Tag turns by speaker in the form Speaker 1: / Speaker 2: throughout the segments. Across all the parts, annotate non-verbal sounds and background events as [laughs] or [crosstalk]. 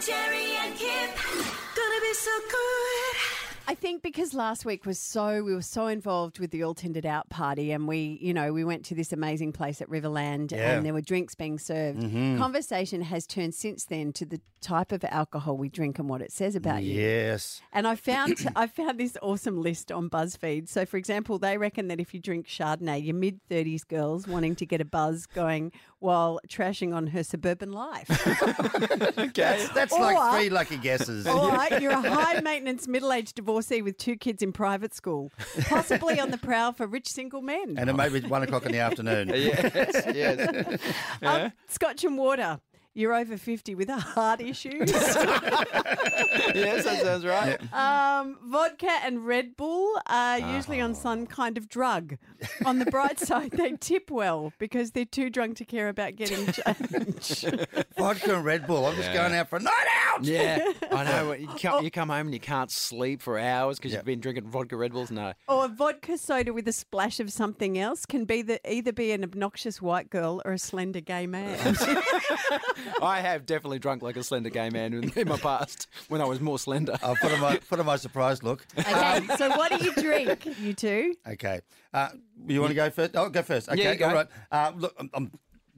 Speaker 1: Jerry and Kip. Gonna be so good.
Speaker 2: I think because last week was so we were so involved with the all tinted out party and we you know we went to this amazing place at Riverland
Speaker 3: Yeah.
Speaker 2: and there were drinks being served. Conversation has turned since then to the type of alcohol we drink and what it says about you.
Speaker 3: Yes.
Speaker 2: And I found [coughs] I found this awesome list on BuzzFeed. So, for example, they reckon that if you drink Chardonnay, your mid thirties girls wanting to get a buzz going while trashing on her suburban life, [laughs]
Speaker 3: That's, that's
Speaker 2: Or-
Speaker 3: like three lucky guesses.
Speaker 2: or you're a high maintenance middle aged divorcee with two kids in private school, possibly on the prowl for rich single men.
Speaker 3: And it may be one o'clock in the
Speaker 4: [laughs]
Speaker 3: afternoon.
Speaker 4: yes, yes.
Speaker 2: Um, Scotch and water. You're over fifty with heart issues.
Speaker 4: yes, that sounds right.
Speaker 2: Um, vodka and Red Bull are usually on some kind of drug. On the bright side, they tip well because they're too drunk to care about getting change.
Speaker 3: Vodka and Red Bull. I'm just
Speaker 4: Yeah.
Speaker 3: going out for a night out.
Speaker 4: Yeah, I know. You
Speaker 2: Oh.
Speaker 4: come, you come home and you can't sleep for hours because
Speaker 3: Yeah.
Speaker 4: you've been drinking vodka Red Bulls. No.
Speaker 2: or a vodka soda with a splash of something else can be the, either be an obnoxious white girl or a slender gay man.
Speaker 4: I have definitely drunk like a slender gay man in, in my past when I was more slender.
Speaker 2: Oh.
Speaker 3: I'll put on my put on my surprise look.
Speaker 2: [laughs]
Speaker 3: Uh,
Speaker 2: okay, so what do you drink, you two?
Speaker 3: Okay. Uh, you want to go first? Oh, go first. Okay.
Speaker 4: you go.
Speaker 3: All right. Uh, look, I'm, I'm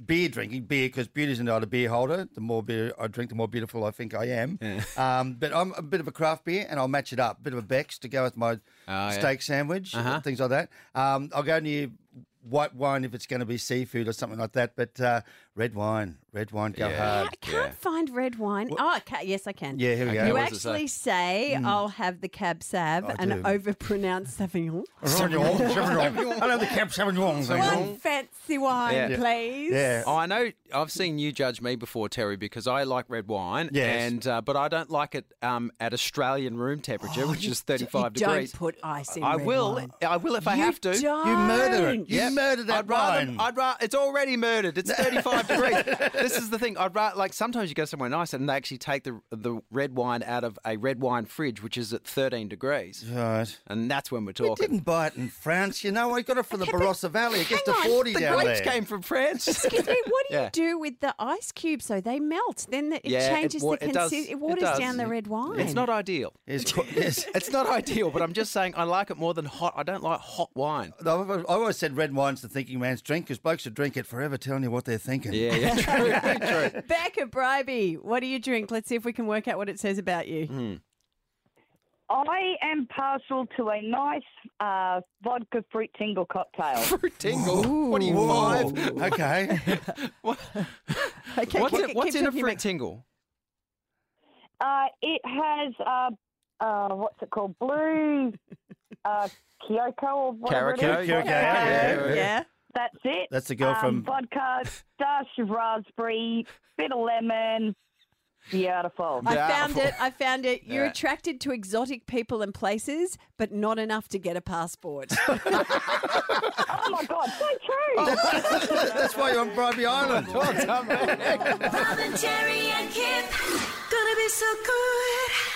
Speaker 3: beer drinking beer because beauty's not a beer holder. The more beer I drink, the more beautiful I think I am. [laughs] Um, but I'm a bit of a craft beer, and I'll match it up. bit of a Beck's to go with my
Speaker 4: yeah.
Speaker 3: steak sandwich, things like that. Um, I'll go near white wine if it's going to be seafood or something like that. But uh, red wine, red wine, go
Speaker 4: Yeah.
Speaker 2: I
Speaker 3: hard.
Speaker 2: can't
Speaker 4: yeah.
Speaker 2: find red wine. Oh, okay. yes, I can.
Speaker 3: Yeah. Here we go.
Speaker 2: You
Speaker 4: what does it Mm.
Speaker 2: actually say, I'll have the Cab Sav
Speaker 3: I
Speaker 2: and
Speaker 3: do.
Speaker 2: overpronounce Sauvignon.
Speaker 3: Sauvignon, Sauvignon. I know the Cap Sauvignon.
Speaker 2: One
Speaker 3: Sauvignon.
Speaker 2: fancy wine,
Speaker 4: Yeah.
Speaker 2: please.
Speaker 3: Yeah.
Speaker 4: Oh, I know. I've seen you judge me before, Terry, because I like red wine.
Speaker 3: Yes.
Speaker 4: And uh, but I don't like it um, at Australian room temperature, which is thirty-five
Speaker 2: Oh, you
Speaker 4: degrees.
Speaker 2: Don't put ice in.
Speaker 4: I
Speaker 2: red
Speaker 4: will.
Speaker 2: wine.
Speaker 4: I will if I have to.
Speaker 2: Don't.
Speaker 3: You murder it. You
Speaker 4: Yep.
Speaker 3: murder that
Speaker 4: I'd rather,
Speaker 3: wine.
Speaker 4: I'd rather. It's already
Speaker 3: [laughs]
Speaker 4: murdered. It's 35 degrees. This is the thing. I'd rather. Like sometimes you go somewhere nice and they actually take the the red wine out of a red wine fridge, which is at 13 degrees,
Speaker 3: Right.
Speaker 4: and that's when we're
Speaker 3: We
Speaker 4: talking.
Speaker 3: didn't buy it in France, you know. I got it from the Barossa Valley. It gets to
Speaker 2: hang on,
Speaker 3: 40
Speaker 4: the
Speaker 3: down
Speaker 4: grapes
Speaker 3: there.
Speaker 4: came from France.
Speaker 2: Excuse me. What do you
Speaker 4: [laughs] Yeah.
Speaker 2: do with the ice cubes? though? they melt. Then the, it
Speaker 4: Yeah, it
Speaker 2: changes
Speaker 4: wa-
Speaker 2: the
Speaker 4: it does-
Speaker 2: consistency. It
Speaker 4: it
Speaker 2: waters
Speaker 4: does.
Speaker 2: down the red wine.
Speaker 4: It's not ideal.
Speaker 3: It's co-
Speaker 4: [laughs]
Speaker 3: yes.
Speaker 4: It's not ideal, but I'm just saying I like it more than hot. I don't like hot wine.
Speaker 3: I've always- I always said red wine's the thinking man's drink because blokes would drink it forever telling you what they're thinking.
Speaker 4: Yeah, yeah, true, true.
Speaker 2: Becca Bribey, what do you drink? Let's see if we can work out what it says about you.
Speaker 5: I am partial to a nice uh, vodka fruit
Speaker 4: [laughs]
Speaker 5: tingle cocktail.
Speaker 4: [laughs] Fruit tingle. What are you
Speaker 3: Whoa.
Speaker 4: five?
Speaker 3: [laughs] Okay.
Speaker 2: Okay,
Speaker 4: Mm. What's,
Speaker 2: keep-
Speaker 4: it,
Speaker 2: keep
Speaker 4: what's in a
Speaker 2: talking,
Speaker 4: fruit
Speaker 2: Mac.
Speaker 4: tingle?
Speaker 5: uh, it has uh, uh, what's it called? Blue uh, Kyoko or whatever.
Speaker 4: Carico,
Speaker 5: it is.
Speaker 3: Kyoko, yeah,
Speaker 2: Yeah.
Speaker 5: That's it.
Speaker 3: That's the girl
Speaker 5: um,
Speaker 3: from-
Speaker 5: vodka, dash of raspberry, bit of lemon. Beautiful.
Speaker 2: I
Speaker 4: Yeah.
Speaker 2: found it. I found it. You're
Speaker 4: Yeah.
Speaker 2: attracted to exotic people and places, but not enough to get a passport.
Speaker 5: oh my god, so
Speaker 3: Oh,
Speaker 5: true.
Speaker 3: That's why you're on Bribey Island.
Speaker 1: Robin, Jerry and Kip. Gonna be so good.